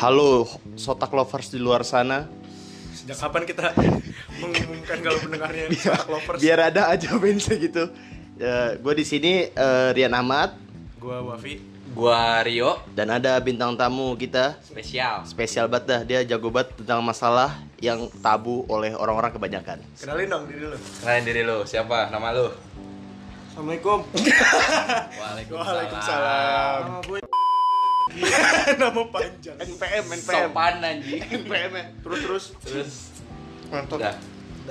Halo Sotak Lovers di luar sana Sejak kapan kita mengumumkan kalau mendengarnya Sotak Lovers? Biar ada aja bensin gitu Eh, Gue di sini eh, Rian Ahmad Gua Wafi. Gua Rio Dan ada bintang tamu kita spesial. Spesial banget dah Dia jago banget tentang masalah yang tabu oleh orang-orang kebanyakan Kenalin dong diri lu. Kenalin diri lu, siapa? Nama lu? Assalamualaikum. Waalaikumsalam. Waalaikumsalam. Nama gue Nama panjang. NPM, NPM. Sopan anjing. NPM ya. Terus terus. Terus Mantap. udah.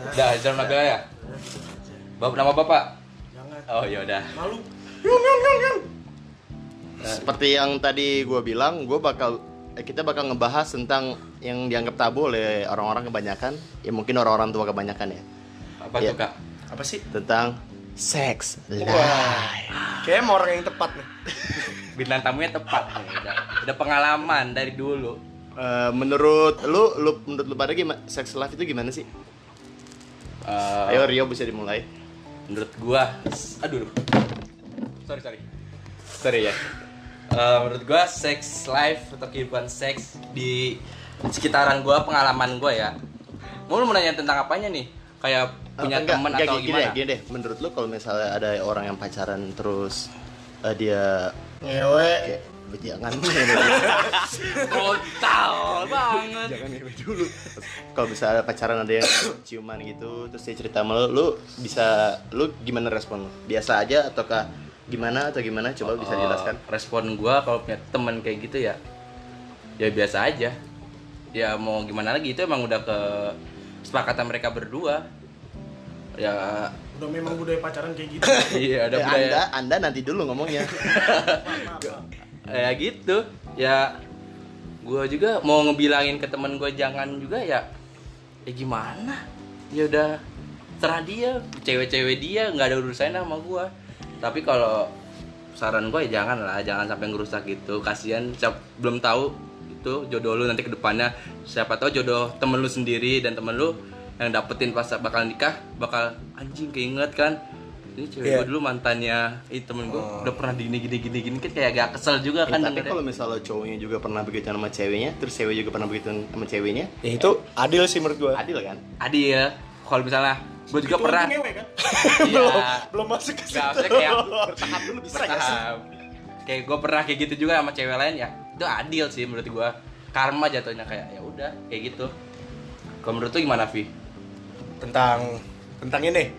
Udah, jangan lagi ya. Bapak nama Bapak? Jangan. Oh, ya udah. Malu. Yun yun yun yun. Seperti yang tadi gue bilang Gue bakal eh, Kita bakal ngebahas tentang yang dianggap tabu oleh orang-orang kebanyakan Ya mungkin orang-orang tua kebanyakan ya Apa Iya. tuh, Kak? Apa sih? Tentang seks Wah. Kayaknya mau orang yang tepat nih. Bintang tamunya tepat nih. Udah, udah pengalaman dari dulu. Eh, menurut lu, lu menurut lu pada gimana sex life itu gimana sih? Eh, Ayo Rio bisa dimulai. menurut gua aduh aduh. sorry sorry sorry ya Eh, menurut gua sex life atau kehidupan seks di sekitaran gua pengalaman gua ya mau lu mau nanya tentang apanya nih kayak Eh, punya enggak, teman enggak, atau gini, gimana Deh, gini deh, menurut lu kalau misalnya ada orang yang pacaran terus eh, dia Ngewe. kayak jangan brutal banget jangan ngewe dulu. Kalau misalnya ada pacaran ada yang ciuman gitu terus dia cerita sama lu, lu bisa lu gimana respon lu? Biasa aja ataukah gimana atau gimana? Coba bisa dijelaskan. Eh, respon gua kalau punya teman kayak gitu ya ya biasa aja ya mau gimana lagi itu emang udah ke kesepakatan mereka berdua ya Udah memang budaya pacaran kayak gitu. iya ada Eh, budaya- anda, anda nanti dulu ngomongnya. ya gitu ya gue juga mau ngebilangin ke temen gue jangan juga ya ya gimana ya udah terah dia cewek-cewek dia nggak ada urusannya sama gue tapi kalau saran gue ya jangan lah jangan sampai ngerusak gitu kasihan siap belum tahu itu jodoh lu nanti kedepannya siapa tahu jodoh temen lu sendiri dan temen lu yang dapetin pas bakal nikah bakal anjing keinget kan ini cewek Iya. gue dulu mantannya itu temen gue udah pernah di gini gini gini gini kan kayak agak kesel juga Eh, kan tapi dengernya. kalau misalnya cowoknya juga pernah begitu sama ceweknya, terus cewek juga pernah begitu sama ceweknya, eh, Ya itu adil sih menurut gua. adil kan? adil ya, kalau misalnya gue juga Itu pernah lagi ngewe kan? iya Belum masuk ke nggak situ. maksudnya kayak bertahap dulu bisa bertahap kayak gue pernah kayak gitu juga sama cewek lain ya itu adil sih menurut gue karma jatuhnya kayak ya udah kayak gitu kalau menurut tuh gimana Vi Tentang tentang ini.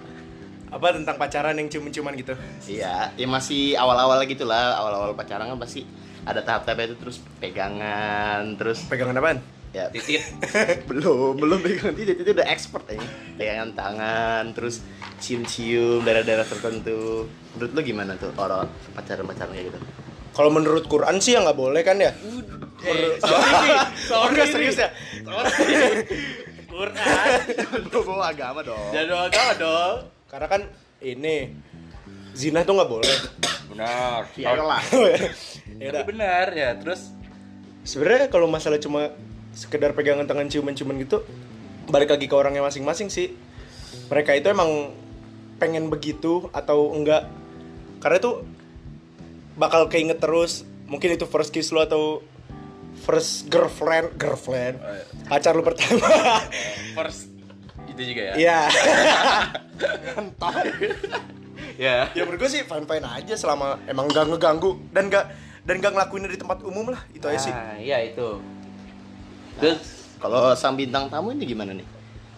Apa tentang pacaran yang cium-ciuman gitu. Iya, ya masih awal-awal gitu lah, awal-awal pacaran kan pasti ada tahap-tahapnya itu terus pegangan, terus Pegangan apaan? ya titit belum belum pegangan tidak itu udah expert ya. Pegangan tangan, terus cium-cium daerah-daerah tertentu. Menurut lu gimana tuh orang pacaran-pacaran kayak gitu? Kalau menurut Quran sih ya nggak boleh kan ya? eh, sorry Vi Oh, sorry enggak serius ya? Bawa agama dong. jadwal kau dong Karena kan ini zina tuh nggak boleh. benar Ya lah. ya tapi udah. benar ya terus Sebenarnya kalau masalah cuma sekedar pegangan tangan ciuman-ciuman gitu, balik lagi ke orangnya masing-masing sih. Mereka itu emang pengen begitu atau enggak? Karena itu bakal keinget terus. Mungkin itu first kiss lo atau first girlfriend, girlfriend, pacar lu pertama. first itu juga ya Iya. ya ya menurut gue sih fine fine aja selama emang gak ngeganggu dan gak dan gak ngelakuin di tempat umum lah itu aja sih. Nah, iya itu. Nah. Terus Kalau sang bintang tamu ini gimana nih?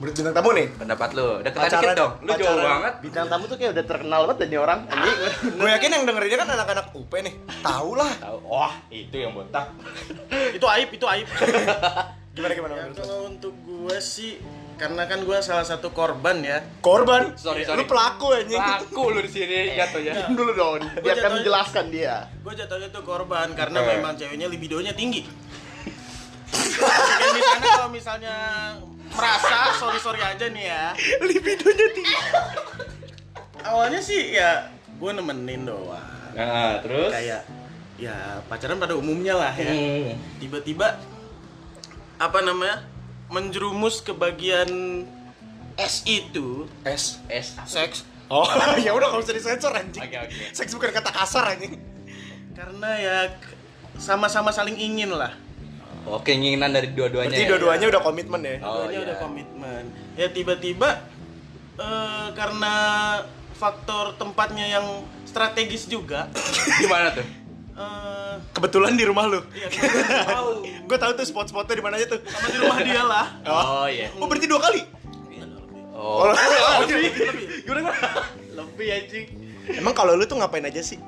Menurut bintang tamu nih, pendapat lu, udah Pacaran- dikit dong. Lu jauh pacaran. banget. Bintang tamu tuh kayak udah terkenal banget dan ini orang. Anjing. gue yakin yang dengerinnya kan anak-anak UP nih, tahu lah. Tahu. Wah, itu yang botak. Itu aib, itu aib. Gimana gimana? Ya, menurut lu? kalau untuk gue sih karena kan gue salah satu korban ya Korban. Iya, Sorry, Lu sorry. pelaku anjing. Aku lu Eh. di sini ya. jatuhnya. dulu dong, biar kami jatuhnya- jelaskan dia. gue jatuhnya tuh korban karena Eh. Oke. memang ceweknya libidonya tinggi Kayak misalnya kalau misalnya merasa sorry sorry aja nih ya Libidonya tinggi. awalnya sih ya gue nemenin doang Nah, terus kayak ya pacaran pada umumnya lah ya Hmm. tiba-tiba apa namanya menjerumus ke bagian S itu S. S. seks Oh, ya udah kalau usah disensor anjing. Oke, oke. Seks bukan kata kasar anjing. karena ya k- sama-sama saling ingin lah Oh, keinginan dari dua-duanya. Berarti ya? dua-duanya udah komitmen ya. Oh, Dua-duanya iya. udah komitmen. Ya tiba-tiba eh, karena faktor tempatnya yang strategis juga. Gimana tuh? eh, Kebetulan di rumah lu. iya, kebetulan tahu. Gue tahu tuh spot-spotnya di mana aja tuh. Sama di rumah dia lah. Oh, iya. Oh berarti dua kali? iya, Oh. Ya Lebih anjing. Emang kalau lu tuh ngapain aja sih?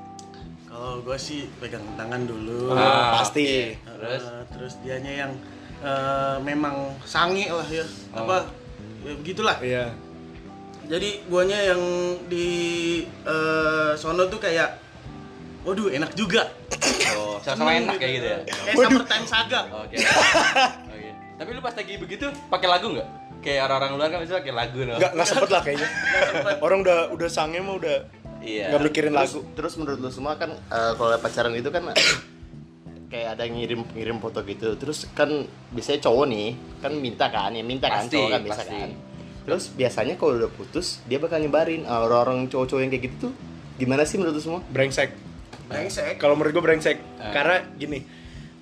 Kalau gue sih pegang tangan dulu. Ah, pasti. oke. Eh, Terus terus dianya yang eh, memang sange lah ya. Oh. Apa? Ya, begitulah. Iya. Jadi guanya yang di eh, sono tuh kayak waduh enak juga. oh, sama-sama Seneng enak kayak gitu ya. Kayak summertime saga. Oke. Oke. Tapi lu pas lagi begitu pakai lagu nggak? Kayak orang-orang luar kan bisa pakai lagu no. Nggak nggak sempet lah kayaknya. Orang udah udah sange mah udah Iya. nggak mikirin lagu. Terus menurut lu semua kan eh, kalau pacaran itu kan kayak ada yang ngirim ngirim foto gitu. Terus kan biasanya cowok nih kan minta kan, yang minta kan Pasti, cowok kan biasa pasti. kan. Terus biasanya kalau udah putus dia bakal nyebarin Ah, orang-orang cowok-cowok yang kayak gitu tuh gimana sih menurut lu semua? Brengsek. Brengsek. Kalau menurut gue brengsek. Ah. Karena gini.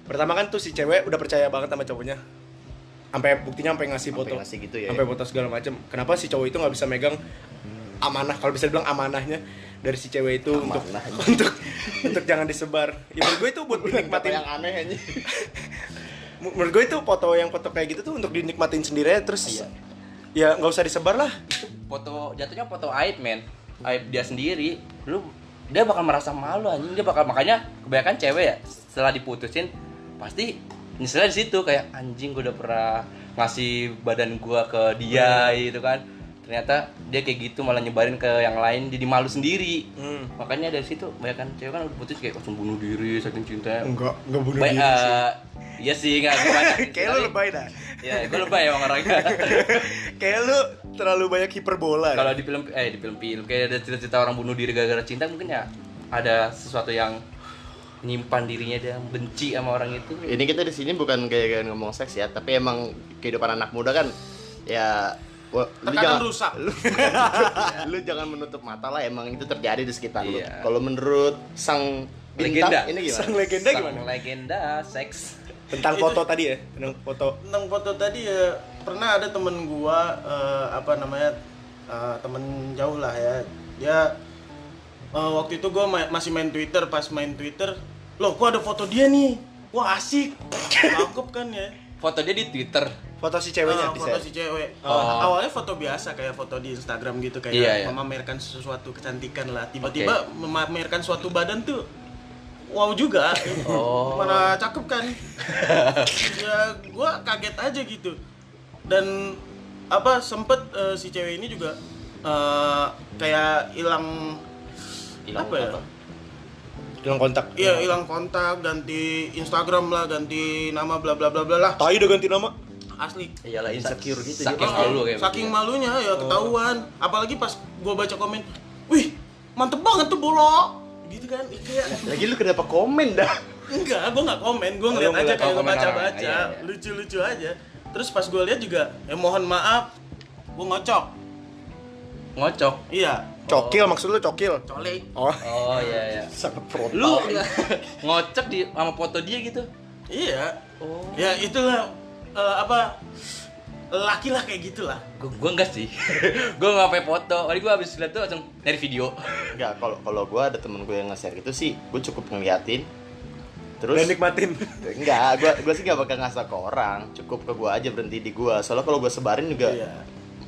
Pertama kan tuh si cewek udah percaya banget sama cowoknya. Sampai buktinya sampai ngasih Sampai foto. ngasih gitu ya. Sampai foto segala macam. Kenapa si cowok itu nggak bisa megang Hmm. amanah kalau bisa bilang amanahnya dari si cewek itu untuk Amanah. untuk untuk jangan disebar. Ya, menurut gue itu buat Kata dinikmatin yang aneh aja. menurut gue itu foto yang foto kayak gitu tuh untuk dinikmatin sendiri aja, terus Iya. ya nggak usah disebar lah Foto jatuhnya foto aib men. Aib dia sendiri. Lu dia bakal merasa malu anjing dia bakal makanya kebanyakan cewek ya setelah diputusin pasti nyeselnya di situ kayak anjing gua udah pernah ngasih badan gua ke dia gitu kan ternyata dia kayak gitu malah nyebarin ke yang lain jadi malu sendiri Hmm. makanya dari situ banyak kan cewek kan udah putus kayak langsung bunuh diri saking cinta enggak enggak Hmm. bunuh Baik, diri sih eh, iya sih nggak gimana. kayak lu lebay dah Ya, gue lebay emang orangnya. kayak lu terlalu banyak hiperbola Kalau di film eh di film-film kayak ada cerita-cerita orang bunuh diri gara-gara cinta mungkin ya ada sesuatu yang nyimpan dirinya dia yang benci sama orang itu. Ini kita di sini bukan kayak kayak ngomong seks ya, tapi emang kehidupan anak muda kan ya wa- lu Terkadang jangan- rusak. lu, lu jangan menutup mata lah emang itu terjadi di sekitar lu. Iya. Kalau menurut sang bintang Legenda. ini gimana? sang legenda Sang gimana legenda seks. tentang foto tadi ya tentang foto Tentang foto tadi ya pernah ada temen gua eh, apa namanya eh, temen jauh lah ya. Dia eh, waktu itu gua ma- masih main Twitter pas main Twitter, loh gua ada foto dia nih. Wah asik. Cakep kan ya. Foto dia di Twitter. foto si ceweknya Ah, di foto set. si cewek. Oh. Ah, Awalnya foto biasa kayak foto di Instagram gitu kayak Iya, iya. memamerkan sesuatu kecantikan lah. Tiba-tiba memamerkan suatu badan tuh wow juga. Oh. Mana cakep kan? ya gua kaget aja gitu. Dan apa sempet eh, si cewek ini juga eh, kayak hilang Hilang apa ya? apa? Hilang kontak Iya, hilang kontak, ganti Instagram lah, ganti nama bla bla bla bla lah. tai udah ganti nama Asli. Iyalah insecure gitu Oh, Saking malu Oh. kayak saking begitu. malunya ya ketahuan apalagi pas gua baca komen wih mantep banget tuh bolo gitu kan Ih, kayak Lagi lu kenapa komen dah? enggak gua nggak komen gua Oh, lu ngeliat aja ngeliat kayak komen baca orang, iya, baca iya. lucu lucu aja terus pas gua lihat juga ya mohon maaf gua ngocok ngocok. iya cokil maksud lu cokil colek oh Oh iya iya. Sangat frontal. Lu ngocok di sama foto dia gitu. iya Oh. ya itulah eh, apa laki lah kayak gitulah Gue gua enggak sih. gue enggak pakai foto. Kali gue habis lihat tuh langsung nyari video. Enggak, kalau kalau gua ada temen gue yang nge-share gitu sih, gua cukup ngeliatin. Terus dan nikmatin enggak, gua gua sih gak bakal ngasih ke orang, cukup ke gua aja berhenti di gua. Soalnya kalau gua sebarin juga iya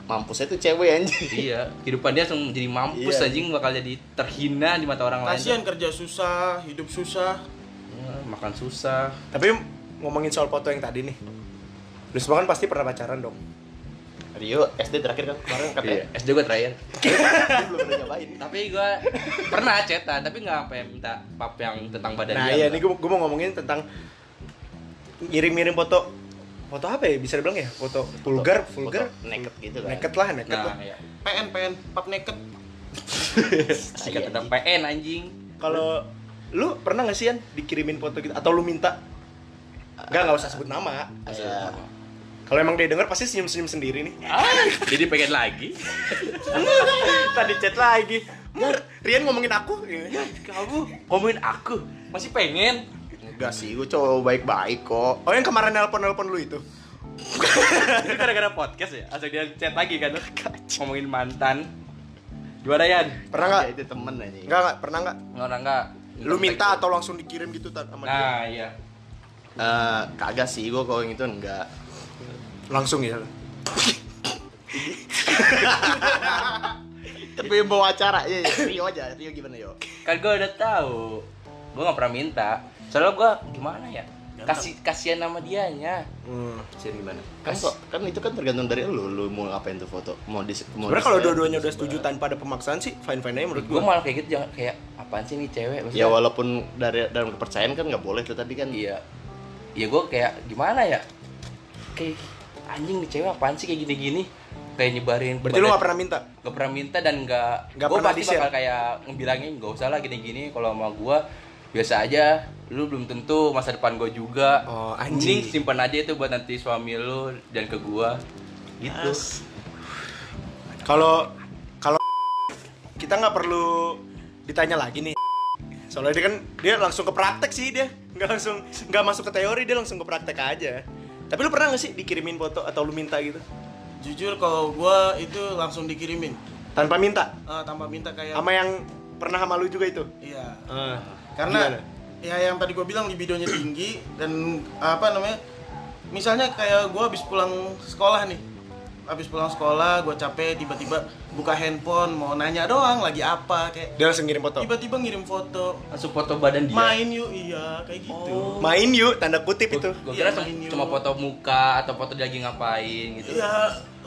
mampusnya tuh cewek anjing. iya, kehidupan dia langsung jadi mampus Iya. anjing bakal jadi terhina di mata orang kasihan lain. kerja susah hidup susah Ya, makan susah. tapi ngomongin soal foto yang tadi nih lu semua kan pasti pernah pacaran dong Rio SD terakhir kan kemarin katanya Iya, SD gue terakhir. dia belum pernah nyobain. tapi gue pernah cetan, tapi nggak sampai minta pap yang tentang badan Nah dia, iya, nggak. ini gue mau ngomongin tentang ngirim-ngirim foto foto apa ya bisa dibilang ya foto vulgar Foto vulgar naked gitu kan. naked lah naked lah Nah, iya. PN PN pap naked Jika Iya. tentang PN anjing. kalau lu pernah nggak sih Yan dikirimin foto gitu atau lu minta Enggak, nggak usah sebut nama Ya, kalau emang dia denger pasti senyum-senyum sendiri nih Ah, jadi pengen lagi. tadi chat lagi Ya. Mur, Rian ngomongin aku Iya, Kamu ngomongin aku, masih pengen. Gak sih, gue cowok baik-baik kok. Oh yang kemarin nelpon-nelpon lu itu? Itu gara-gara podcast ya? Asal dia chat lagi kan? Ngomongin mantan Gimana Yan? Pernah nggak? Ya, itu temen aja. Enggak nggak pernah nggak? Nggak orang nggak Lu minta atau langsung dikirim gitu ta- sama dia? Nah iya Eh, kagak sih, gue kalau yang itu enggak. Langsung ya. Tapi bawa acara, ya, ya, Rio aja, Rio gimana yo? Kan gue udah tahu Gue nggak pernah minta Soalnya gue gimana ya? Kasih kasihan sama dianya Hmm. Kasian gimana? Kan, kok, kan itu kan tergantung dari lu, lu mau ngapain tuh foto? Mau di mau Sebenarnya kalau di-share, dua-duanya udah mau setuju disebar. tanpa ada pemaksaan sih fine-fine aja menurut Gue gua. malah kayak gitu jangan kayak apaan sih nih cewek Ya maksudnya walaupun dari dalam kepercayaan kan nggak boleh tuh tadi kan. Iya Ya gue kayak gimana ya? Kayak anjing nih cewek apaan sih kayak gini-gini Kayak nyebarin Berarti lu badan- nggak pernah minta? gak pernah minta dan gak Nggak gue pernah pasti di-share. bakal kayak ngebilangin gak usah lah gini-gini kalau sama gue biasa aja lu belum tentu masa depan gue juga Oh, anjing anjing. simpan aja itu buat nanti suami lu dan ke gue gitu Kalau kalau kita nggak perlu ditanya lagi nih. Soalnya dia kan dia langsung ke praktek sih dia, nggak langsung nggak masuk ke teori dia langsung ke praktek aja. Tapi lu pernah nggak sih dikirimin foto atau lu minta gitu? Jujur kalau gua itu langsung dikirimin Tanpa minta? Eh, tanpa minta kayak Sama yang pernah sama lu juga itu? Iya. Gimana? Karena ya yang tadi gua bilang libidonya tinggi dan apa namanya? Misalnya kayak gua habis pulang sekolah nih. Habis pulang sekolah, gua capek tiba-tiba buka handphone mau nanya doang lagi apa kayak dia langsung ngirim foto. tiba-tiba ngirim foto langsung foto badan dia main yuk iya kayak gitu. Main yuk tanda kutip itu. gue kira Iya, cuma- main yuk. cuma foto muka atau foto dia lagi ngapain gitu Iya. Ya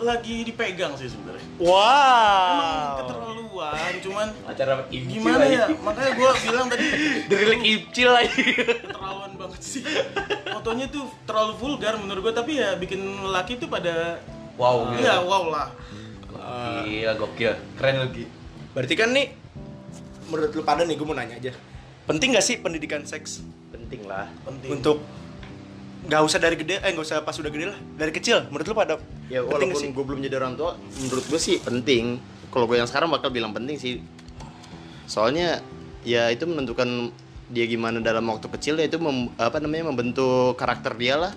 lagi dipegang sih sebenarnya. Wow. Keterlaluan cuman acara ibcil gimana ya? Makanya gua bilang tadi dirilik ibcil lagi keterlaluan banget sih fotonya tuh terlalu vulgar menurut gue tapi ya bikin lelaki tuh pada wow Iya. gila ya wow lah gokil gokil keren lagi Berarti kan nih menurut lu pada nih gue mau nanya aja. Penting gak sih pendidikan seks Penting lah. penting untuk nggak usah dari gede eh nggak usah pas udah gede lah dari kecil menurut lu pada Ya penting nggak walaupun gue belum jadi orang tua, menurut gue sih penting. Kalau gue yang sekarang bakal bilang penting sih. Soalnya ya itu menentukan dia gimana dalam waktu kecil ya itu mem- apa namanya membentuk karakter dia lah.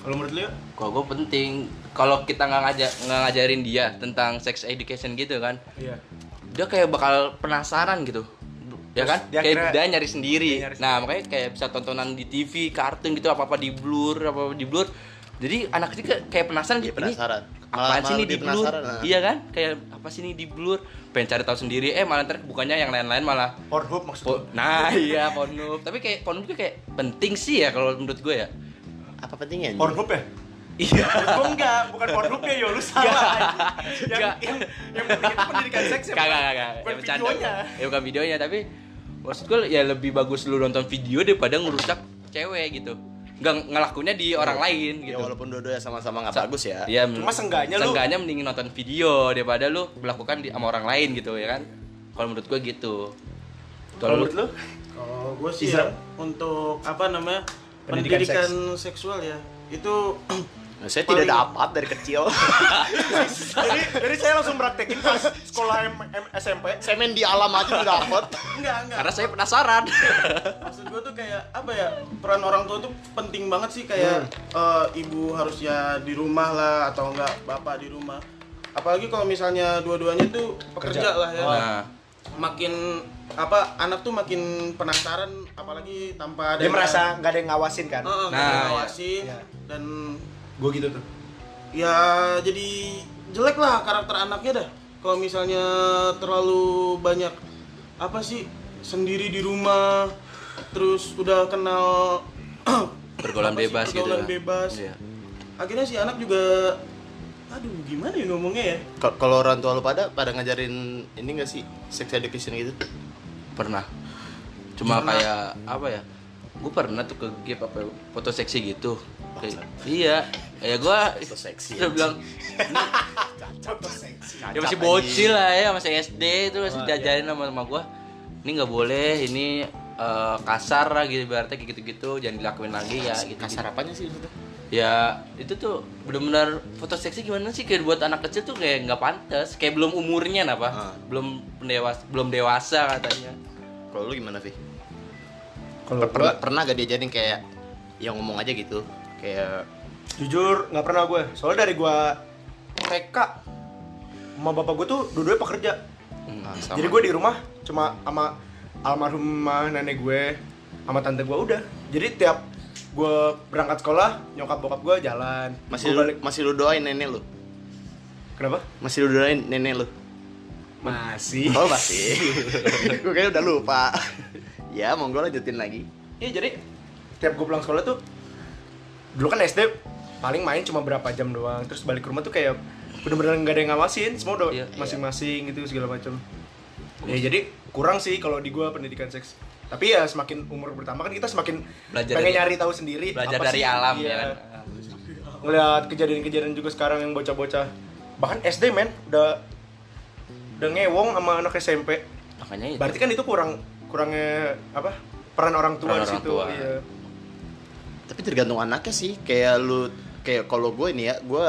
kalau menurut lu Kalau gue penting, kalau kita nggak ngaja- nggak ngajarin dia tentang sex education gitu kan, iya dia kayak bakal penasaran gitu, ya kan? dia kayak kira- dia nyari sendiri. dia nyari nah makanya kayak bisa tontonan di TV, kartun gitu, apa apa di blur, apa apa di blur. Jadi anak itu kayak- kayak penasaran Dia gitu. penasaran. Ini, Malah- apaan sih malah ini di lebih blur? penasaran, nah. Iya kan? Kayak apa sih ini di blur? Pengen cari tahu sendiri. Eh malah ntar bukannya yang lain-lain malah. Pornhub maksud po- nah iya pornhub. Tapi kayak pornhub juga kayak penting sih ya kalau menurut gue ya. Apa pentingnya? anjing? Pornhub ya? Iya. Gue enggak, bukan Pornhub ya, yo lu salah. anjing. yang, yang, yang penting itu pendidikan seks ya. Kagak, bukan- kagak, kagak. bukan Ya, bercanda. videonya. Ya bukan videonya, tapi maksud gue ya lebih bagus lu nonton video daripada ngerusak cewek gitu. Enggak ngelakuinnya di orang Iya. lain Ya gitu. walaupun dua-duanya sama-sama nggak Sa- bagus ya. Ya, Cuma seenggaknya lu- Seenggaknya mending nonton video daripada lu melakukan di, sama orang lain gitu ya kan. Kalau menurut gue gitu. Kalau menurut lu? kalau gue sih Isra. ya, untuk apa namanya Pendidikan pendidikan, seksual ya itu Nah, saya tidak Paling- dapat dari kecil. jadi, jadi saya langsung praktekin pas sekolah M, M, SMP. saya main di alam aja udah dapat. enggak enggak Karena saya penasaran. maksud gue tuh kayak apa ya peran orang tua tuh penting banget sih Hmm. kayak eh, ibu harusnya di rumah lah atau enggak bapak di rumah apalagi kalau misalnya dua-duanya tuh pekerja lah Oh, ya nah, makin apa anak tuh makin penasaran apalagi tanpa ada Dia merasa nggak ada yang ngawasin kan? Heeh, nggak Nah, ada iya. ngawasin Iya. dan Gue gitu tuh. ya jadi jelek lah karakter anaknya dah kalau misalnya terlalu banyak apa sih sendiri di rumah terus udah kenal pergaulan apa sih, bebas gitu. pergaulan kan. bebas Iya. akhirnya si anak juga aduh gimana ya ngomongnya ya Ka- Kalau orang tua lu pada pada ngajarin ini gak sih sex education gitu? pernah cuma kayak apa ya gue pernah tuh ke gap apa ya, foto seksi gitu kayak, iya ya gue Foto seksi, terus bilang Contoh seksi. dia masih Cacap, bocil lah ya masih SD itu Oh, masih iya. diajarin sama sama gue ini nggak boleh ini eh, kasar lah gitu berarti kayak gitu-gitu jangan dilakuin lagi ya gitu Kasar apanya sih maksudnya? ya itu tuh benar-benar foto seksi gimana sih kayak buat anak kecil tuh kayak nggak pantas kayak belum umurnya napa Ah. belum dewasa belum dewasa katanya Kalau lu gimana, Vi? Kalau Per- gua- pernah, pernah gak diajarin kayak yang ngomong aja gitu kayak Jujur nggak pernah gue. Soalnya dari gue TK sama bapak gue tuh dua-duanya pekerja. ah, sama. Jadi gue di rumah cuma sama almarhumah nenek gue sama tante gue udah. Jadi tiap gue berangkat sekolah nyokap bokap gue jalan. masih Gua lu, balik. masih lu doain nenek lu Kenapa? masih lu doain nenek lu Masih. oh masih gue kayaknya udah lupa ya monggo lanjutin lagi Iya jadi tiap gue pulang sekolah tuh dulu kan SD paling main cuma berapa jam doang terus balik ke rumah tuh kayak bener-bener nggak ada yang ngawasin semua udah Iya, masing-masing gitu segala macam ya jadi kurang sih kalau di gua pendidikan seks tapi ya semakin umur pertama kan kita semakin Belajar pengen dari- nyari tahu sendiri belajar apa dari sih, alam iya. ya kan ngelihat kejadian-kejadian juga sekarang yang bocah-bocah bahkan SD men udah udah ngewong sama anak SMP makanya itu Berarti kan itu kurang kurangnya apa? Peran orang tua di Peran orang situ. tua. Iya. tapi tergantung anaknya sih kayak lu kayak kalau gue ini ya gue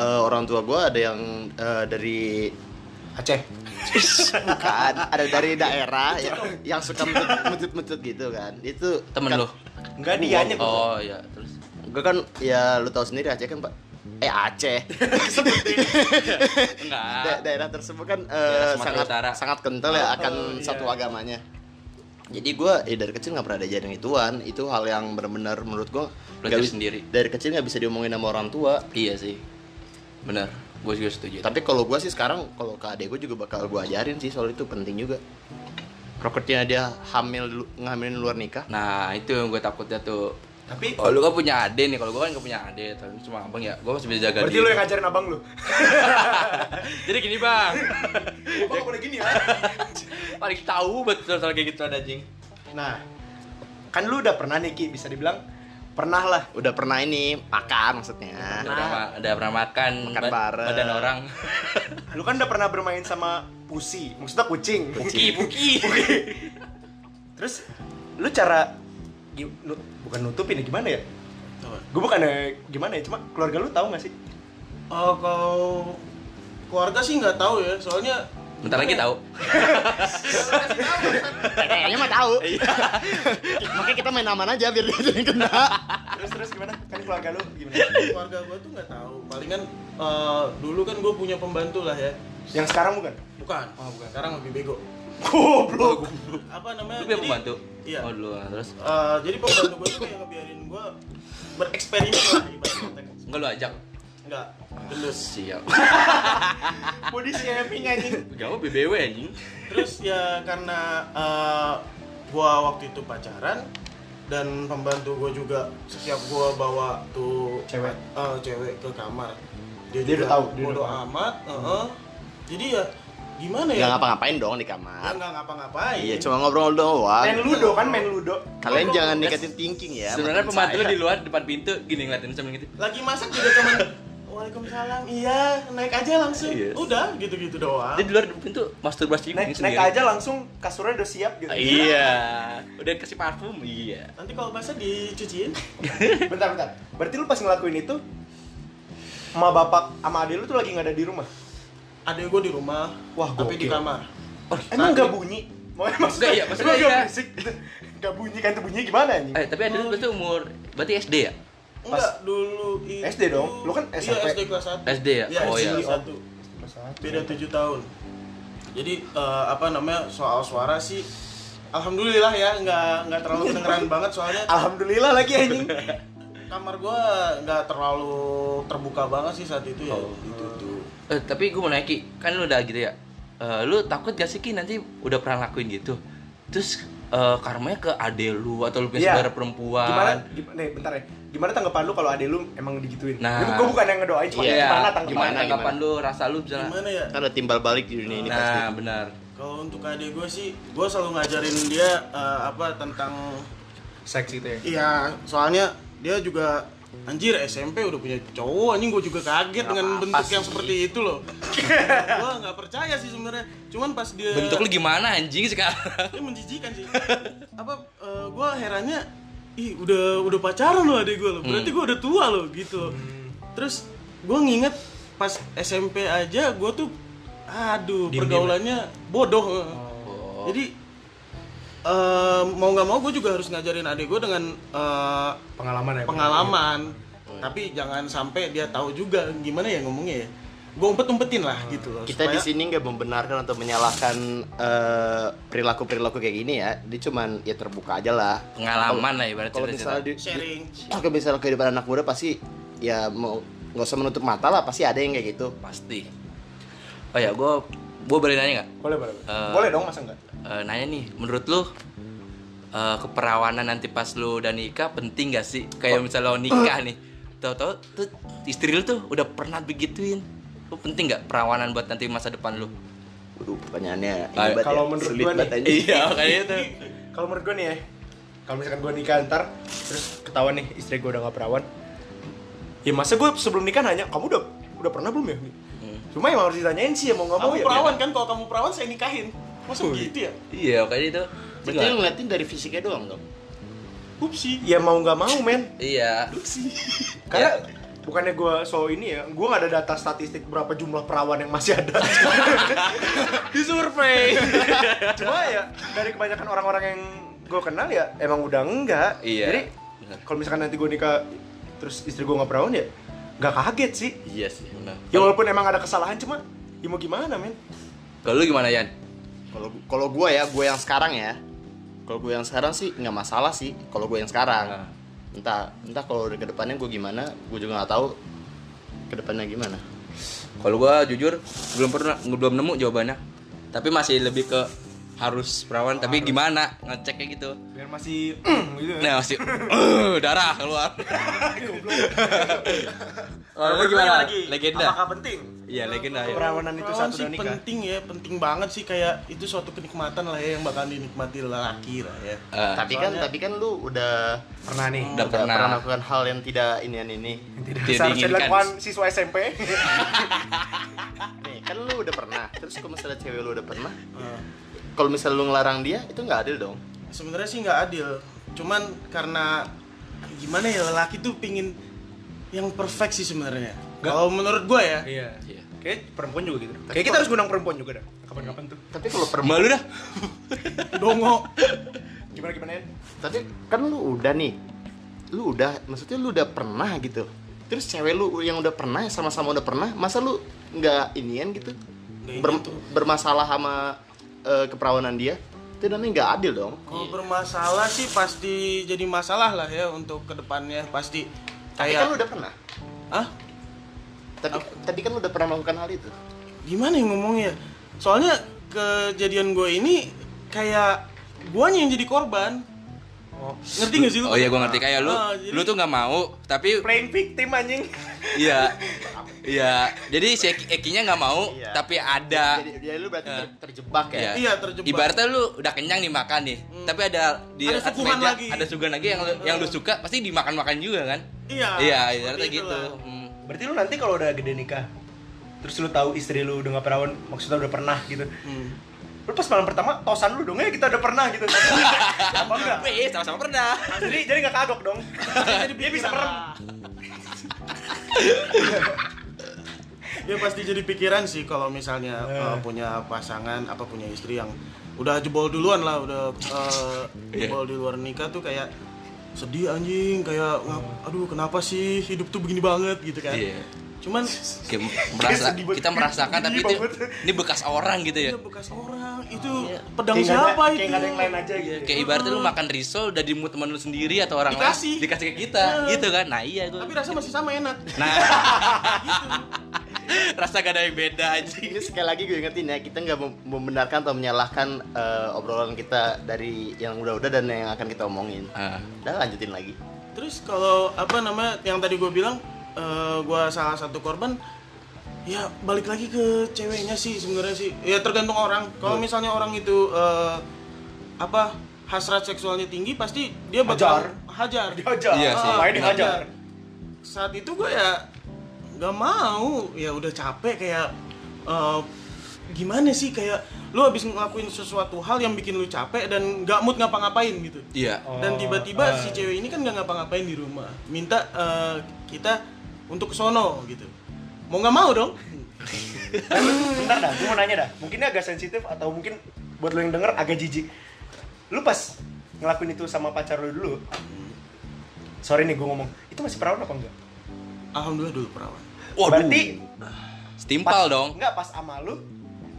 eh, orang tua gue ada yang eh, dari Aceh. bukan ada dari daerah ya, yang suka metut-metut gitu kan itu temen kan, lu Enggak dianya gua. oh iya terus gue kan ya lu tahu sendiri Aceh kan pak eh Aceh Da- enggak daerah tersebut kan eh, Ah. Daerah Sumatera sangat Utara. sangat kental ya akan satu agamanya. Jadi gue dari kecil nggak pernah diajarin ituan, itu hal yang benar-benar menurut gue Belajar sendiri. Dari kecil nggak bisa diomongin sama orang tua. iya sih bener gue juga Ya, setuju Tapi kalau gue sih sekarang kalau ke adek gue juga bakal gue ajarin sih soal itu penting juga. Roketnya dia hamil dulu- ngehamilin luar nikah. nah itu yang gue takutnya tuh Tapi kalau lu kan punya ade nih kalau gue kan gak punya ade tapi cuma abang ya gue masih bisa jaga berarti diri lu yang ngajarin abang lu. jadi gini bang Bapak boleh gini ya. paling tahu betul soal kayak gitu ada jing Nah, kan lu udah pernah nih Ki bisa dibilang pernah lah. Udah pernah ini makan maksudnya. udah, ma- udah pernah makan, Makan bareng. badan orang Lu kan udah pernah bermain sama pusi, maksudnya kucing. buki buki Terus lu cara gi- nu- bukan nutupin ya gimana ya? Apa? Gue bukan eh, gimana ya, cuma keluarga lu tahu gak sih? Oh, kalau keluarga sih nggak tahu ya, soalnya bentar lagi tahu Kayaknya mah tahu. Iya. Makanya kita main aman aja biar dia yang kena. Terus terus gimana? Kan keluarga lu gimana? keluarga gue tuh nggak tahu. Palingan eh, dulu kan gue punya pembantu lah ya. Oh, Yang sekarang bukan? Bukan. Sekarang lebih bego. Goblok. Apa namanya? lu punya Jadi- pembantu Iya. oh dulu nah, terus Eh, jadi pembantu gue tuh kayak ngebiarin gue bereksperimen lah ibaratnya. enggak lu ajak Enggak, gendus. siap Body shaming anjing. Gawa BBW anjing Terus ya karena eh, gua waktu itu pacaran dan pembantu gua juga setiap gua bawa tuh Cewek. eh, cewek ke kamar. Dia udah tahu, dia bodo udah tahu. amat, heeh. Jadi ya gimana ya? Gak ngapa-ngapain dong di Ya, kamar. nggak ngapa-ngapain. Iya cuma ngobrol Main doang. ludo kan main ludo. Kalian jangan negative thinking ya. sebenarnya menurut pembantu lu saya. di luar depan pintu gini ngeliatin sambil gitu Lagi masak juga cuman Waalaikumsalam. Iya, naik aja langsung. Iya. Udah gitu-gitu doang. dia di luar depan pintu masturbasi Naik, naik aja langsung kasurnya udah siap gitu. Ah, iya udah kasih parfum iya Nanti kalau basah dicuciin. Bentar bentar. Berarti lu pas ngelakuin itu sama bapak sama adik lu tuh lagi nggak ada di rumah. Ada gua di rumah, Wah, tapi di gokil. kamar. Eh, Emang nggak bunyi? Mau maksudnya? Nggak, iya, Oh, maksudnya emang nggak iya. berisik? Nggak bunyi kan tuh bunyinya gimana anjing? eh tapi ada lu berarti umur berarti SD ya Enggak, dulu itu SD dong? Lu kan Iya, SMP. SD kelas 1 SD ya? Iya, Oh, SD iya. kelas 1 Beda 7 tahun Jadi, eh, apa namanya, soal suara sih Alhamdulillah ya, nggak nggak terlalu kedengeran banget soalnya Alhamdulillah lagi anjing. kamar gua nggak terlalu terbuka banget sih saat itu ya Oh. itu tuh. eh, tapi gue mau nanya Ki kan lu udah gitu ya Eh, lu takut gak sih Ki nanti udah pernah lakuin gitu terus eh, karmanya ke ade lu atau lu punya Iya. saudara perempuan Gimana? Gimana? Nih, bentar ya. Gimana tanggapan lu kalau adik lu emang digituin? Nah. gue bukan yang ngedoain, cuma Iya. gimana gimana, tanggapan? Gimana, tanggapan lu rasa lu bisa Gimana ya? Kan ada timbal balik di dunia ini pasti. nah benar Kalau untuk adik gua sih, gua selalu ngajarin dia eh, apa tentang Seks gitu ya. Iya, soalnya dia juga anjir SMP udah punya cowok anjing gue juga kaget dengan bentuk yang seperti itu loh. gua nggak percaya sih sebenarnya. Cuman pas dia bentuk lu gimana anjing sekarang dia menjijikan sih. Apa eh, gua herannya ih udah udah pacaran loh adik gua loh. Berarti gua udah tua loh gitu. loh. Terus gua nginget pas SMP aja gua tuh aduh pergaulannya bodoh. Jadi eh, mau nggak mau gue juga harus ngajarin adik gue dengan eh, pengalaman ya pengalaman tapi jangan sampai dia tahu juga gimana ya ngomongnya ya gue umpet umpetin lah gitu loh kita di sini nggak membenarkan atau menyalahkan perilaku perilaku kayak gini ya ini cuman ya terbuka aja lah Pengalaman lah ibarat kalau cerita-cerita. misalnya di, sharing kalau misalnya kehidupan anak muda pasti ya mau nggak usah menutup mata lah pasti ada yang kayak gitu Pasti. Oh ya, gue gue boleh nanya nggak? boleh boleh boleh. Eh. boleh dong masa enggak Eh, nanya nih, menurut lu eh, keperawanan nanti pas lu udah nikah penting gak sih? Kayak misalnya lo nikah nih, tau-tau tuh istri lu tuh udah pernah begituin. Lu penting gak perawanan buat nanti masa depan lu? Waduh, pertanyaannya ini Ah, banget kalau ya. menurut Sulit gua banget nih, anjing. Iya, kayak itu. kalau menurut gue nih ya kalau misalkan gue nikah ntar terus ketahuan nih istri gue udah gak perawan ya masa gue sebelum nikah nanya kamu udah udah pernah belum ya cuma yang harus ditanyain sih ya mau nggak mau kamu ya perawan kan kalau kamu perawan saya nikahin masa Wih. gitu ya Iya, kayak itu. berarti lu ngeliatin dari fisiknya doang dong upsi ya mau nggak mau men Iya. karena bukannya gue so ini ya gue nggak ada data statistik berapa jumlah perawan yang masih ada Disurvey. cuma ya dari kebanyakan orang-orang yang gue kenal ya emang udah enggak Iya. jadi Benar. kalau misalkan nanti gue nikah terus istri gue nggak perawan ya nggak kaget sih Iya sih, benar. Ya walaupun emang ada kesalahan cuma ya mau gimana men? Kalau lu gimana, Yan? kalau kalau gue ya gue yang sekarang ya kalau gue yang sekarang sih nggak masalah sih kalau gue yang sekarang Nah. Ah. entah entah kalau ke depannya gue gimana gue juga nggak tahu ke depannya gimana Kalau gua jujur belum pernah belum nemu jawabannya. Tapi masih lebih ke harus perawan, tapi gimana ngeceknya gitu. Biar masih gitu. Nah, masih "Eh, darah keluar. Kalau lu gimana? Legenda. apakah penting Iya, legenda ya. Perawanan itu Perawan satu sih dan nikah. penting ya, penting banget sih kayak itu suatu kenikmatan lah ya yang bakal dinikmati laki lah ya. Eh, tapi kan soalnya- tapi kan lu udah Nah. Pernah nih. udah pernah melakukan hal yang tidak ini ini Tidak Tidak seharusnya diinginkan. dilakukan siswa SMP. nih kan lu udah pernah terus kalau misalnya cewek lu udah pernah Hmm. kalau misalnya lu ngelarang dia itu nggak adil dong Sebenarnya sih nggak adil, cuman karena gimana ya lelaki tuh pingin yang perfect sih sebenarnya. Kalau menurut gua ya, Iya. Iya. Kayak perempuan juga gitu. Kayak kita harus ngundang perempuan juga dah. Kapan-kapan tuh. tapi kalau perempuan Malu dah. dongo. Gimana gimana ya? tapi kan lu udah nih lu udah maksudnya lu udah pernah gitu terus cewek lu yang udah pernah sama-sama udah pernah masa lu nggak inian gitu Nggak Ber- ingin tuh. bermasalah sama eh, keperawanan dia itu namanya nggak adil dong Kalau bermasalah sih pasti jadi masalah lah ya untuk kedepannya pasti tapi kan lu kayak udah pernah ah tapi tapi kan lu udah pernah melakukan hal itu gimana yang ngomongnya? Soalnya kejadian gue ini kayak guanya yang jadi korban. Ngerti gak sih lu? Oh iya, gua ngerti kayak lu. Ah, jadi- Lu tuh nggak mau, tapi Playing victim anjing. iya. Iya. Jadi si Eki- Ekinya nggak mau, Iya. tapi ada jadi, jadi lu berarti Ya. ter- terjebak ya Iya. Ah. Eh. Iya, terjebak. Hmm. Ibaratnya lu udah kenyang nih makan nih, tapi ada di Ada atas suguhan meja, lagi. Hmm. ada suguhan lagi yang lu, yang lu suka pasti dimakan-makan juga kan? Iya, Iya, seperti ibaratnya gitu. itulah. Hmm. Berarti lu nanti kalau udah gede nikah terus lu tahu istri lu udah gak perawan maksudnya udah pernah gitu. Hmm. Lu pas malam pertama tosan lu dong ya kita udah pernah gitu. Apa Iya. enggak? Wih, sama-sama pernah. Jadi jadi gak kagok dong. jadi Dia bisa merem. ya pasti jadi pikiran sih kalau misalnya Eh. uh, punya pasangan apa punya istri yang udah jebol duluan lah udah uh, Iya. jebol di luar nikah tuh kayak sedih anjing kayak ngap- aduh kenapa sih hidup tuh begini banget gitu kan Iya. cuman Kayak merasa Sedih banget. kita merasakan tapi Sedih itu banget. ini bekas orang gitu ya. ya bekas orang itu pedang Iya. Kayak nggak ada- siapa itu Kayak nggak ada yang lain aja gitu. Kayak ibaratnya lu makan risol udah dimut teman lu sendiri atau orang Dikasih. lain dikasih ke kita, Iya. gitu kan? Nah iya gua. tapi rasa masih sama enak Nah, rasa gak ada yang beda aja. ini Iya, sekali lagi gue ingetin ya kita nggak mem- membenarkan atau menyalahkan eh, obrolan kita dari yang udah-udah dan yang akan kita omongin Ah. udah lanjutin lagi Terus kalau apa namanya yang tadi gue bilang eh, gua gue salah satu korban, ya balik lagi ke ceweknya sih sebenarnya sih. Ya tergantung orang. Kalau misalnya orang itu eh, apa hasrat seksualnya tinggi, pasti dia bakal hajar. Dihajar. Iya sih, Ah, Main benar. dihajar. Saat itu gue ya nggak mau, ya udah capek kayak eh, gimana sih kayak lu habis ngelakuin sesuatu hal yang bikin lu capek dan nggak mood ngapa-ngapain gitu Iya. Oh, dan ah. tiba-tiba si cewek ini kan nggak ngapa-ngapain di rumah minta eh, kita untuk ke sono gitu mau nggak mau dong Bentar dah, gue mau nanya dah. Mungkin ini agak sensitif atau mungkin buat lo yang denger agak jijik. lu pas ngelakuin itu sama pacar lu dulu sorry nih gue ngomong itu masih perawan apa enggak Alhamdulillah dulu perawan. Waduh. berarti pas, Setimpal dong. enggak pas sama lu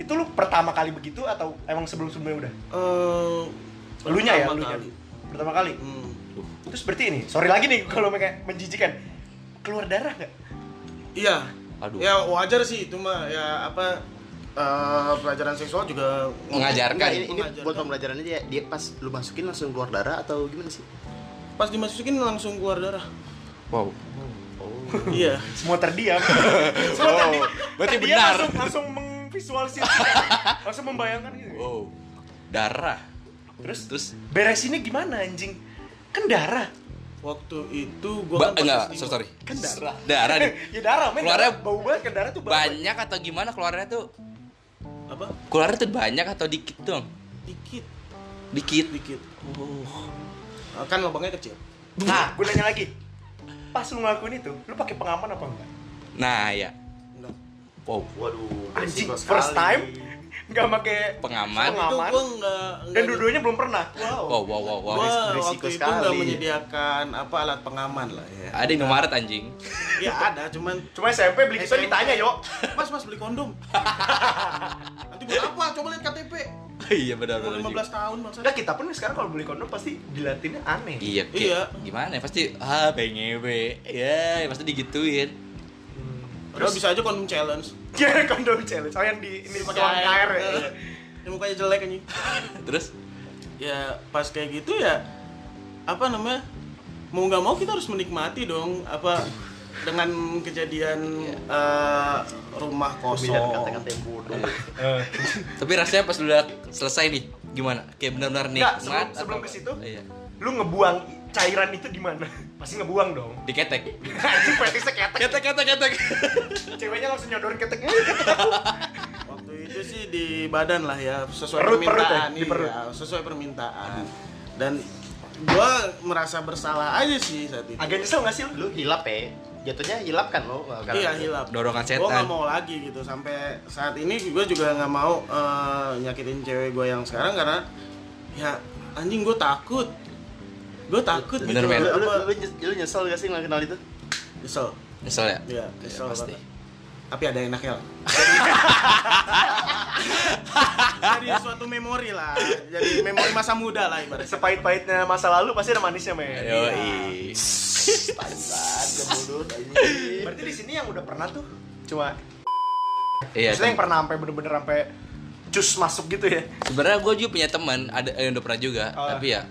itu lu pertama kali begitu atau emang sebelum sebelumnya udah Eh, elunya ya pertama elunya kali. pertama kali Hmm. terus berarti ini sorry lagi nih kalau kayak menjijikan keluar darah nggak Iya. Aduh. Ya wajar sih itu mah ya apa eh, pelajaran seksual juga Enggak, Mengajarkan. ini, ini Mengajarkan. buat pembelajaran aja ya. Dia pas lu masukin langsung keluar darah atau gimana sih? pas dimasukin langsung keluar darah. Wow. iya. semua terdiam semua terdiam Wow. Oh, Berarti Terdiam, benar. langsung, langsung mengvisualisir langsung membayangkan gitu Wow. Darah. terus Terus beresinnya gimana anjing kan darah Waktu itu ba- gua kan enggak, sorry, pakai selimut. sorry. kan darah Darah nih. ya darah men Keluarnya darah. bau banget kan darah tuh bau banget. Banyak atau gimana keluarnya tuh? Apa? Keluarnya tuh banyak atau dikit dong? Dikit, Dikit. dikit. Oh. Eh, Kan lubangnya kecil. nah gue nanya lagi pas lu ngelakuin itu lu pakai pengaman apa enggak Nah, ya. Enggak. Wow. Waduh, anjing first time nggak pakai Pengaman. Pengaman. Itu gua enggak, enggak dan dua-duanya belum pernah wow Wow, wow, wow, wow. Gua berisiko waktu itu sekali. nggak menyediakan apa alat pengaman lah ya. Ada yang Maret anjing. Ya ada, cuman cuma SMP beli gitu SMP. ditanya yo Mas, mas beli kondom. Nanti buat apa? Coba lihat KTP. Iya benar Umur benar. 15 tahun bangsa. Enggak kita pun sekarang kalau beli kondom pasti dilatinnya aneh Iya, kayak Iya. gimana ya? Pasti ah pengewe. Ya, pasti digituin. Udah bisa aja kondom challenge. Iya, kondom challenge. Oh yang di ini pakai uang Ya, air. ya. eh, Yang mukanya jelek anjing. Terus Ya pas kayak gitu ya apa namanya? Mau nggak mau kita harus menikmati dong apa dengan kejadian eh, rumah Pemilihan kosong. kata-kata yang bodoh. tapi rasanya pas udah selesai nih gimana? Kayak benar-benar Nggak, nikmat. sebelum- sebelum atau- ke situ? Iya. Lu ngebuang cairan itu gimana? Pasti ngebuang dong. Diketek. Anjing petisnya ketek. Ketek ketek ketek. Ceweknya langsung nyodorin keteknya. Waktu itu sih di badan lah ya sesuai Perut, perut ya? permintaan Di perut. iya, sesuai permintaan. Dan gua merasa bersalah aja sih saat itu. Agak nyesel nggak sih lu? Lu hilap ya? Jatuhnya hilap kan lo? Karena- Iya hilap. Dorongan Gue setan. nggak mau lagi gitu sampai saat ini gue juga nggak mau eh, nyakitin cewek gue yang sekarang karena ya anjing gue takut. Gue takut Bener, gitu. men. Lu, lu, Apa, lu, nyes- lu nyesel gak sih ngelakuin hal itu? Nyesel. Nyesel ya? Iya, nyesel pasti. banget. Tapi ada enaknya lah. Jadi suatu memori lah. Jadi memori masa muda lah ibaratnya. Sepahit-pahitnya masa lalu pasti ada manisnya, Iya. men. Yoi. Bangsat, gak bodoh, anjing. Berarti di sini yang udah pernah tuh cuma Iya. maksudnya yang pernah sampai bener-bener sampai cus masuk gitu ya. Sebenarnya gue juga punya teman ada eh, yang udah pernah juga, Oh. tapi ya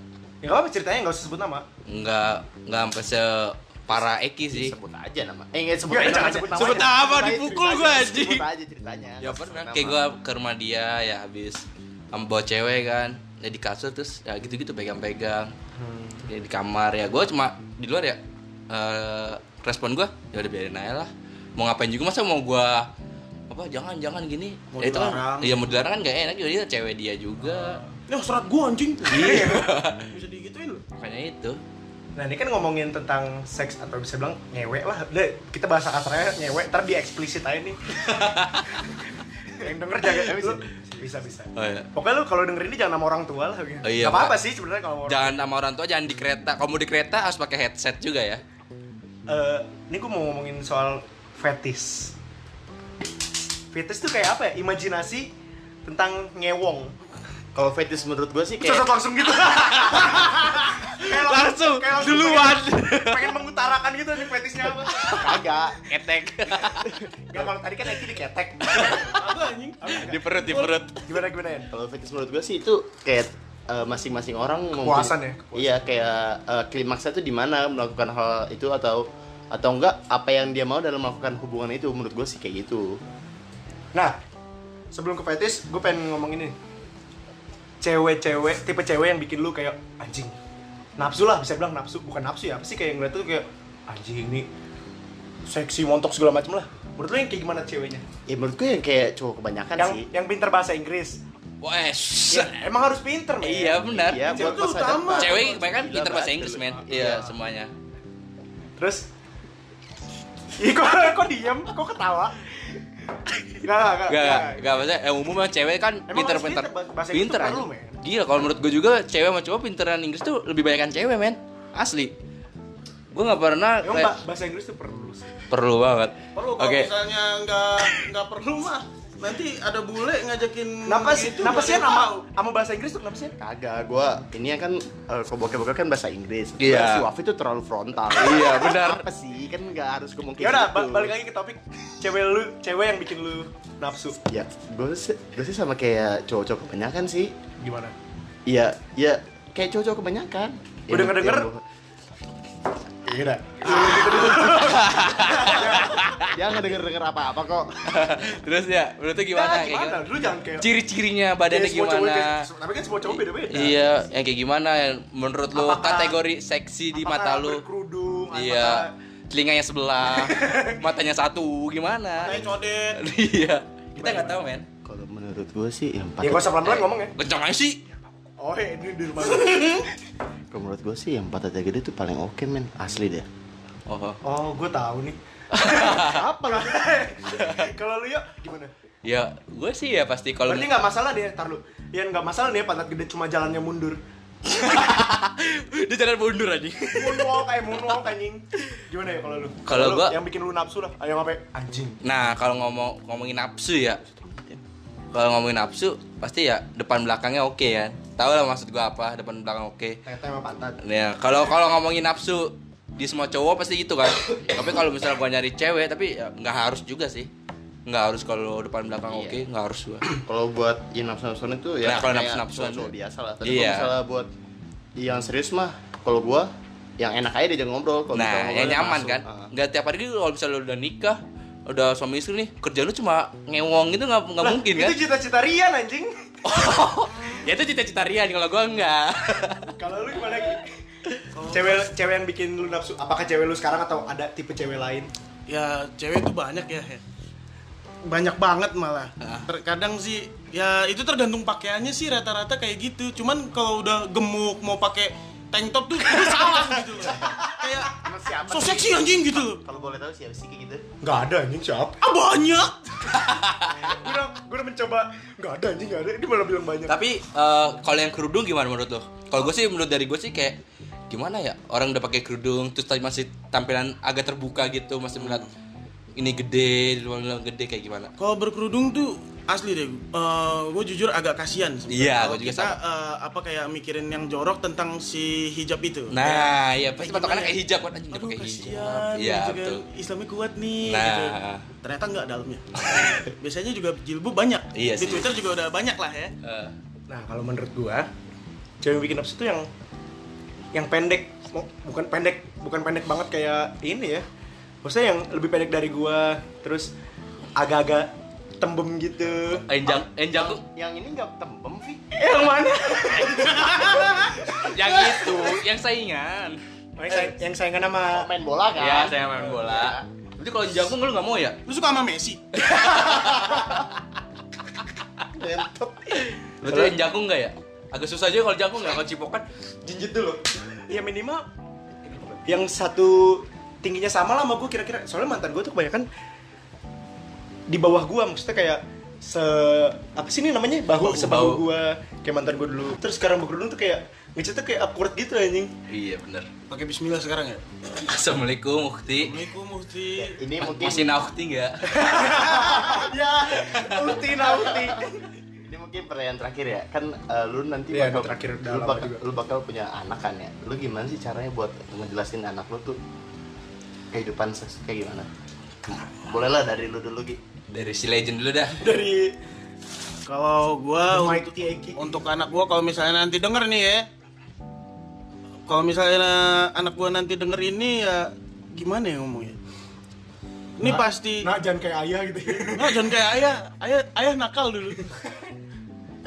Ya nggak apa ceritanya nggak usah sebut nama. nggak nggak sampai separah Eki sih. Sebut aja nama. Eh, enggak sebut Ya, aja. jangan namanya. sebut nama. Sebut namanya. apa Ceritanya, dipukul ceritanya. gue anjing. Sebut aja ceritanya. Ya Sebut pernah. nama. Kayak gue ke rumah dia ya habis sama bawa cewek kan. Ya di kasur terus ya gitu-gitu pegang-pegang. Ya di kamar ya gue cuma di luar ya eh, respon gue ya udah biarin aja lah. Mau ngapain juga masa mau gue apa jangan jangan gini Mau ya, itu kan dilarang. iya mau dilarang kan gak enak juga dia cewek dia juga Ya serat gue anjing. Iya. Bisa digituin loh. makanya itu Nah ini kan ngomongin tentang seks atau bisa bilang nyewe lah Udah kita bahasa kasarnya nyewe, ntar di eksplisit aja nih Yang denger jangan, eh, bisa Bisa, bisa Oh, iya. Pokoknya lu kalau denger ini jangan sama orang tua lah gitu. Oh, iya, Gak apa-apa Pak. sih sebenarnya kalau sama orang jangan sama orang tua jangan di kereta kamu di kereta harus pakai headset juga ya Eh, Ini gue mau ngomongin soal fetis Fetis tuh kayak apa ya? Imajinasi tentang ngewong Kalau fetish menurut gue sih kayak Cocok langsung gitu Kayak Langsung, kayak duluan. pengen, pengen mengutarakan gitu nih fetisnya apa kagak. ketek Gak kalau tadi kan Eki diketek Apa anjing? di perut di perut Gimana gimana ya? Kalau fetish menurut gue sih itu kayak eh, masing-masing orang mempunyai- Kepuasan ya, kepuasan. Iya, kayak eh, klimaksnya tuh di mana melakukan hal itu atau atau enggak apa yang dia mau dalam melakukan hubungan itu menurut gue sih kayak gitu. Nah, sebelum ke fetish, gue pengen ngomong ini. Cewek-cewek, tipe cewek yang bikin lu kayak anjing. Nafsu lah, bisa bilang nafsu, bukan nafsu ya. Apa sih kayak ngeliat tuh kayak anjing ini seksi montok segala macem lah. Menurut lu yang kayak gimana ceweknya? Ya menurut gue yang kayak cowok Kan kebanyakan yang sih. yang pinter bahasa Inggris. wes Ya, emang harus pinter, men. iya benar Iya, Itu buat masa utama. depan. cewek kebanyakan Gila, pinter bahasa banget. Inggris men iya semuanya Terus Ih, kok, kok diem? Kok ketawa? Nah, Enggak, enggak, Gak, gak, gak, maksudnya yang umum mah cewek kan Emang harus pinter-pinter pinter, bahasa Inggris Pinter tuh aja perlu, men. Gila, kalau menurut gue juga cewek sama cowok pinteran Inggris tuh lebih banyakan cewek men Asli Gue gak pernah Emang kayak- ba- bahasa Inggris tuh perlu sih. Perlu banget Perlu kalau Oke, misalnya nggak nggak perlu mah nanti ada bule ngajakin Kenapa sih? gitu, Kenapa nggak sih ada yang ya, nama tahu. nama bahasa Inggris tuh kenapa sih? Kagak, gua ini kan eh, kalau bokep-bokep kan bahasa Inggris. Iya. Kalau Si Wafi tuh terlalu frontal. Iya, benar. Apa sih? Kan nggak harus ngomong kayak Ya udah, gitu. ba- balik lagi ke topik cewek lu, cewek yang bikin lu nafsu. Ya, gue sih, gua sih sama kayak cowok-cowok kebanyakan sih. Gimana? Iya, ya kayak cowok-cowok kebanyakan. Udah Yang- ngedenger? yang gua- Iya dah. Ya nggak denger denger apa-apa kok. terus ya, menurut lu gimana? gimana? Kayak gimana? Lu jangan kayak Ciri-cirinya kayak badannya semua cowok gimana? kayak- tapi kan semua cowok beda-beda. Iya, yang kayak gimana? Yang menurut lu Apakah- kategori seksi di mata lu? Kerudung, Iya, telinganya sebelah, matanya satu, Kayak gimana? codet Iya, kita nggak tahu men. Kalau menurut gue sih yang Ya pakai gua usah pelan-pelan ngomong ya. Kencang aja sih. Oh, iya, ini di rumah gua. kalau menurut gue sih yang patah gede tuh paling oke men, asli deh. Oh, Oh, gua tahu nih. apa lah? Kalau lu yuk gimana? ya gue sih ya pasti kalau Berarti nggak masalah deh, tar lu. Ya nggak masalah deh pantat gede cuma jalannya mundur. dia jalan mundur aja. Moonwalk kayak moonwalk anjing. Gimana ya kalau lu? Kalau Lu gua- yang bikin lu nafsu lah. Ayo ngapain? Anjing. Nah, kalau ngomong ngomongin nafsu ya, kalau ngomongin nafsu pasti ya depan belakangnya oke ya. Tahu lah maksud gue apa, depan belakang oke. Tete sama pantat. Ya, kalau kalau ngomongin nafsu di semua cowok pasti gitu kan. tapi kalau misalnya gua nyari cewek tapi ya nggak harus juga sih. Nggak harus kalau depan belakang Iya. oke, nggak harus gua. Kalau buat yang nafsu-nafsuan itu ya Nah, kalau kayak nafsu-nafsuan cowok-cowok tuh. biasa lah. Tapi Iya. kalau misalnya buat yang serius mah, kalau gua yang enak aja diajak ngobrol. Kalau kita nah, ngobrol yang ya nyaman langsung. kan. Ah. Nggak tiap hari gitu kalau misalnya lu udah nikah, udah suami istri nih, kerja lu cuma ngewong gitu nggak nggak mungkin kan? Itu cita-cita Rian anjing. ya itu cita-cita Rian kalau gua enggak. Kalau lu gimana Ki? Cewek cewek yang bikin lu nafsu. Apakah cewek lu sekarang atau ada tipe cewek lain? ya cewek tuh banyak ya ya. banyak banget malah Ah. terkadang sih ya itu tergantung pakaiannya sih rata-rata kayak gitu cuman kalau udah gemuk mau pakai tank top tuh itu salah gitu loh kayak Emang siapa so sih? seksi anjing gitu loh Kalau boleh tahu siapa sih kayak gitu? Nggak ada anjing siapa? ah banyak Gue udah, gua udah mencoba. Nggak ada anjing nggak ada. Ini malah bilang banyak. Tapi eh, kalau yang kerudung gimana menurut lo? Kalau gue sih menurut dari gue sih kayak gimana ya orang udah pakai kerudung terus tadi masih tampilan agak terbuka gitu masih melihat ini gede di luar luar gede kayak gimana? kalau berkerudung tuh asli deh gue jujur agak kasihan sebenarnya. Iya, Kalau gua juga kita eh, apa kayak mikirin yang jorok tentang si hijab itu Nah, iya pasti Gimana patokannya ya? kayak hijab kan anjing udah aduh pakai hijab. kasihan Iya gitu kan. betul. Islamnya kuat nih Nah. gitu. ternyata nggak dalamnya biasanya juga jilbab banyak Iya di sih. Twitter juga udah banyak lah ya Eh, Nah, kalau menurut gua, cewek yang bikin nafsu itu yang yang pendek, Mo- bukan pendek, bukan pendek banget kayak ini ya. Maksudnya yang lebih pendek dari gua, terus agak-agak tembem gitu. enjang enjang tuh Yang ini nggak tembem sih. Eh, yang mana? yang itu yang saingan. Oh, yang, say- yang saingan sama Main bola kan? Ya saya main bola. Berarti kalau jagung lu nggak mau ya? lu suka sama Messi Ngentot. Berarti yang jagung nggak ya? Agak susah juga kalau jagung nggak kalau cipokan jinjit dulu. Ya minimal yang satu tingginya sama lah sama gua kira-kira. Soalnya mantan gua tuh kebanyakan di bawah gua maksudnya kayak se apa sih ini namanya bahu Bahu, sebahu bahu. gua kayak mantan gua dulu terus sekarang berkerudung tuh kayak ngecet tuh kayak awkward gitu anjing Iya bener. pakai Bismillah sekarang ya Assalamualaikum Ukti. Assalamualaikum Mufti Ini mungkin Masih naukti nggak? ya ulti nauti ini mungkin pertanyaan terakhir ya. Kan eh, lu nanti Iya, bakal ini terakhir udah lu lama bakal, juga. lu bakal punya anak kan ya. Lu gimana sih caranya buat ngejelasin anak lu tuh kehidupan seks kayak gimana? Bolehlah dari lu dulu Gi. Dari si legend dulu dah. dari kalau gua Mike untuk, Tieki untuk anak gua kalau misalnya nanti denger nih ya kalau misalnya anak gua nanti denger ini ya gimana ya ngomongnya ini pasti nah jangan kayak ayah gitu Nah, jangan kayak ayah, ayah, ayah nakal dulu.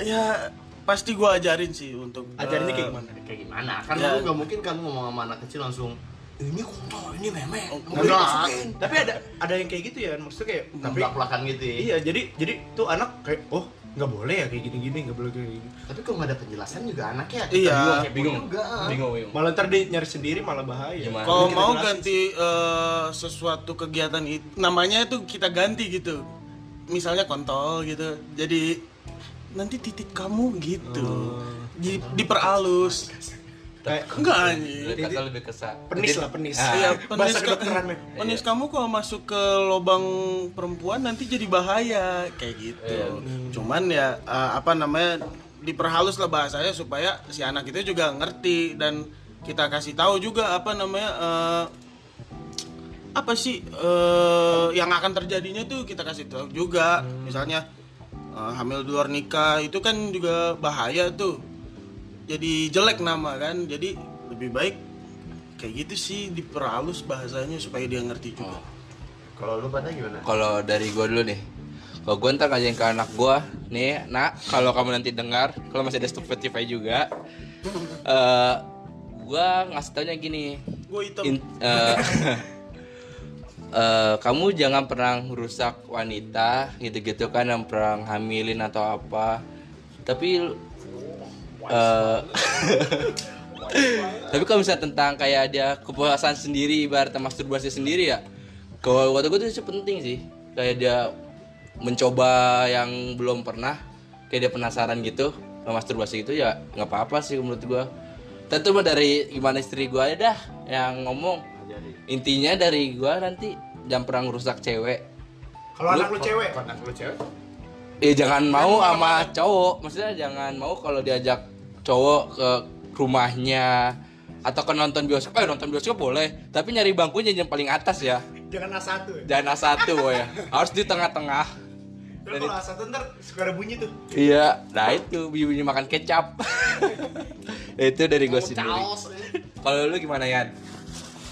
ya pasti gua ajarin sih untuk ajarinnya eh, kayak gimana Kayak gimana? Kan Ya. lu nggak mungkin kan ngomong sama anak kecil langsung ini kontol, ini meme. enggak. tapi ada ada yang kayak gitu ya maksudnya kayak tapi Belak-belakan gitu ya. iya jadi jadi tuh anak kayak oh nggak boleh ya kayak gini gini nggak boleh kayak gini Tapi kalau nggak ada penjelasan juga anaknya Iya. kayak bingung juga. Bingung, bingung. malah ntar dia nyari sendiri malah bahaya Gimana? Kalau Kita mau jelasin. ganti eh, sesuatu kegiatan itu namanya itu kita ganti gitu. misalnya kontol gitu jadi nanti titik kamu gitu Di- diperalus Kayak enggak anjing Lebih- Kata lebih kesat. penis lah penis. Ah. Iya, penis, Bahasa ka- kedokteran ya. penis kamu kalau masuk ke lubang perempuan nanti jadi bahaya kayak gitu. Iya. Cuman ya eh, apa namanya diperhalus lah bahasanya supaya si anak itu juga ngerti dan kita kasih tahu juga apa namanya eh, apa sih eh, yang akan terjadinya tuh kita kasih tahu juga. Misalnya eh, hamil di luar nikah itu kan juga bahaya tuh. Jadi jelek nama kan. Jadi lebih baik kayak gitu sih diperhalus bahasanya supaya dia ngerti juga. Kalau lu pada gimana? Kalau dari gua dulu nih. Kalau gua ntar ngajarin ke anak gua nih, nak kalau kamu nanti dengar, kalau masih ada Spotify juga, eh gua ngasih taunya gini. Gue hitam. In- eh, eh, kamu jangan pernah merusak wanita gitu-gitu kan yang pernah hamilin atau apa. Tapi eh, tapi kalau misalnya tentang kayak dia kepuasan sendiri ibaratnya masturbasi sendiri ya kalau waktu gue tuh itu penting sih kayak dia mencoba yang belum pernah kayak dia penasaran gitu sama masturbasi itu ya nggak apa-apa sih menurut gue tentu mah dari gimana istri gue aja dah yang ngomong intinya dari gue nanti jangan pernah ngerusak cewek Kalau anak lu cewek, Anak lu cewek? Ya jangan mau sama cowok, maksudnya jangan mau kalau diajak cowok ke rumahnya atau ke nonton bioskop, eh nonton bioskop boleh, tapi nyari bangkunya yang paling atas ya, jangan A1 ya. jangan A1 woy. harus di tengah-tengah. Terus kalau A1 ntar suka ada bunyi tuh. Iya, nah itu bibinya makan kecap. itu dari gue sendiri. eh. Kalau lu gimana ya?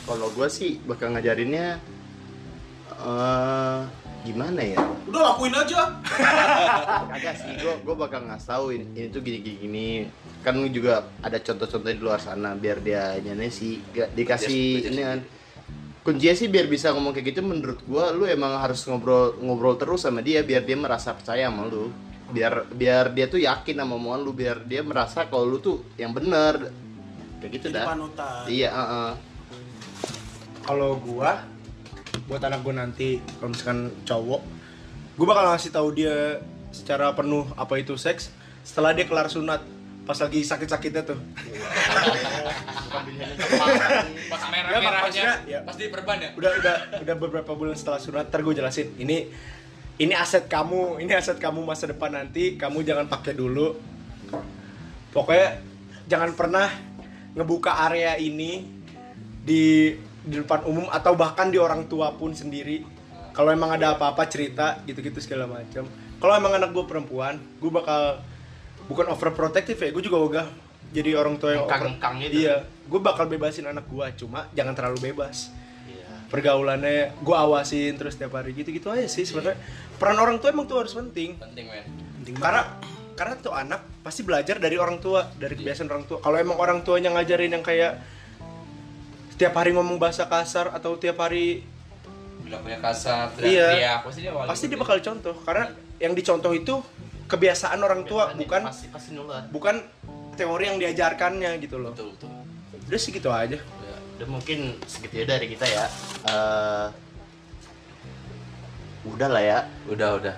Kalau gua sih bakal ngajarinnya eh gimana ya? Udah lakuin aja. Kagak sih, gua gua bakal ngasih tahu ini, ini tuh gini gini gini. Kan juga ada contoh-contoh di luar sana biar dia nyanyi sih gak dikasih ini kan. Kuncinya sih biar bisa ngomong kayak gitu menurut gua lu emang harus ngobrol ngobrol terus sama dia biar dia merasa percaya sama lu. Biar biar dia tuh yakin sama omongan lu biar dia merasa kalau lu tuh yang bener. Kayak gitu Jadi dah. panutan. Iya, heeh. Kalau gua buat anak gua nanti kalau misalkan cowok, gua bakal ngasih tahu dia secara penuh apa itu seks setelah dia kelar sunat pas lagi sakit-sakitnya tuh. Pas merah-merahnya, ya. pas di perban ya. udah udah udah beberapa bulan setelah sunat ntar gue jelasin ini ini aset kamu ini aset kamu masa depan nanti kamu jangan pakai dulu pokoknya jangan pernah ngebuka area ini di di depan umum atau bahkan di orang tua pun sendiri kalau emang ada apa-apa cerita gitu-gitu segala macam kalau emang anak gue perempuan gue bakal bukan overprotective ya gue juga ogah jadi orang tua yang over- Engkang-engkang gitu. iya gue bakal bebasin anak gue cuma jangan terlalu bebas pergaulannya gue awasin terus tiap hari gitu gitu aja sih sebenarnya peran orang tua emang tuh harus penting Penting men. karena karena tuh anak pasti belajar dari orang tua dari Iya. kebiasaan orang tua kalau emang orang tuanya ngajarin yang kayak tiap hari ngomong bahasa kasar atau tiap hari Berlakunya kasar, Iya. teriak-teriak, pasti dia bakal gitu. pasti dia ikutin. bakal contoh karena yang dicontoh itu kebiasaan orang tua bukan pasti pasti nular. bukan teori yang diajarkannya gitu loh betul betul. udah sih gitu aja Ya, udah mungkin segitu ya dari kita ya. Eh udah lah ya. Udah udah.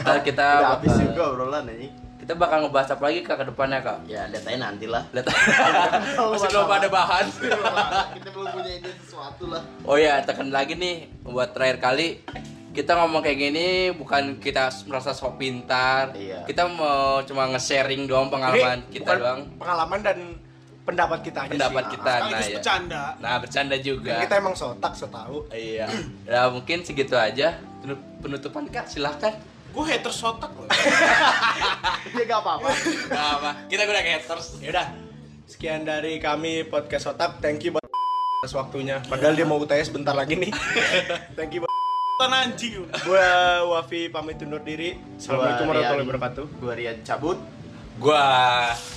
Ntar kita udah habis bakal- juga obrolan ini. Kita bakal ngebahas apa lagi kak ke depannya kak? Ya lihat aja nanti lah. Lihat. Kalau Masih belum masalah. ada bahan. kita belum punya ide sesuatu lah. Oh ya, tekan lagi nih buat terakhir kali. Kita ngomong kayak gini bukan kita merasa sok pintar. Iya. Kita mau cuma nge-sharing doang pengalaman Ini kita bukan doang, pengalaman dan pendapat kita aja pendapat sih. kita. Nah, Sekaligus ya. bercanda. nah bercanda Dan juga. kita emang sotak setahu Iya. Nah, mungkin segitu aja Penup- penutupan kak. Silahkan. Gue haters otak loh. Ya gak apa-apa. Nah, apa? Kita udah haters. Yaudah, sekian dari kami podcast Otak. Thank you buat atas waktunya. Padahal dia mau UTS bentar lagi nih. Thank you. buat- Tan kan anjing. lu. Gua Wafi pamit undur diri. Assalamualaikum Gua warahmatullahi Rian- wabarakatuh. Gua Rian cabut. Gua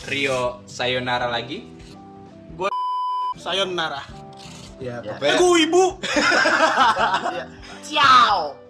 Rio Sayonara lagi. Sayonara. Ya, Ya. pokoknya- Iya. Eh, gue ibu. Ciao.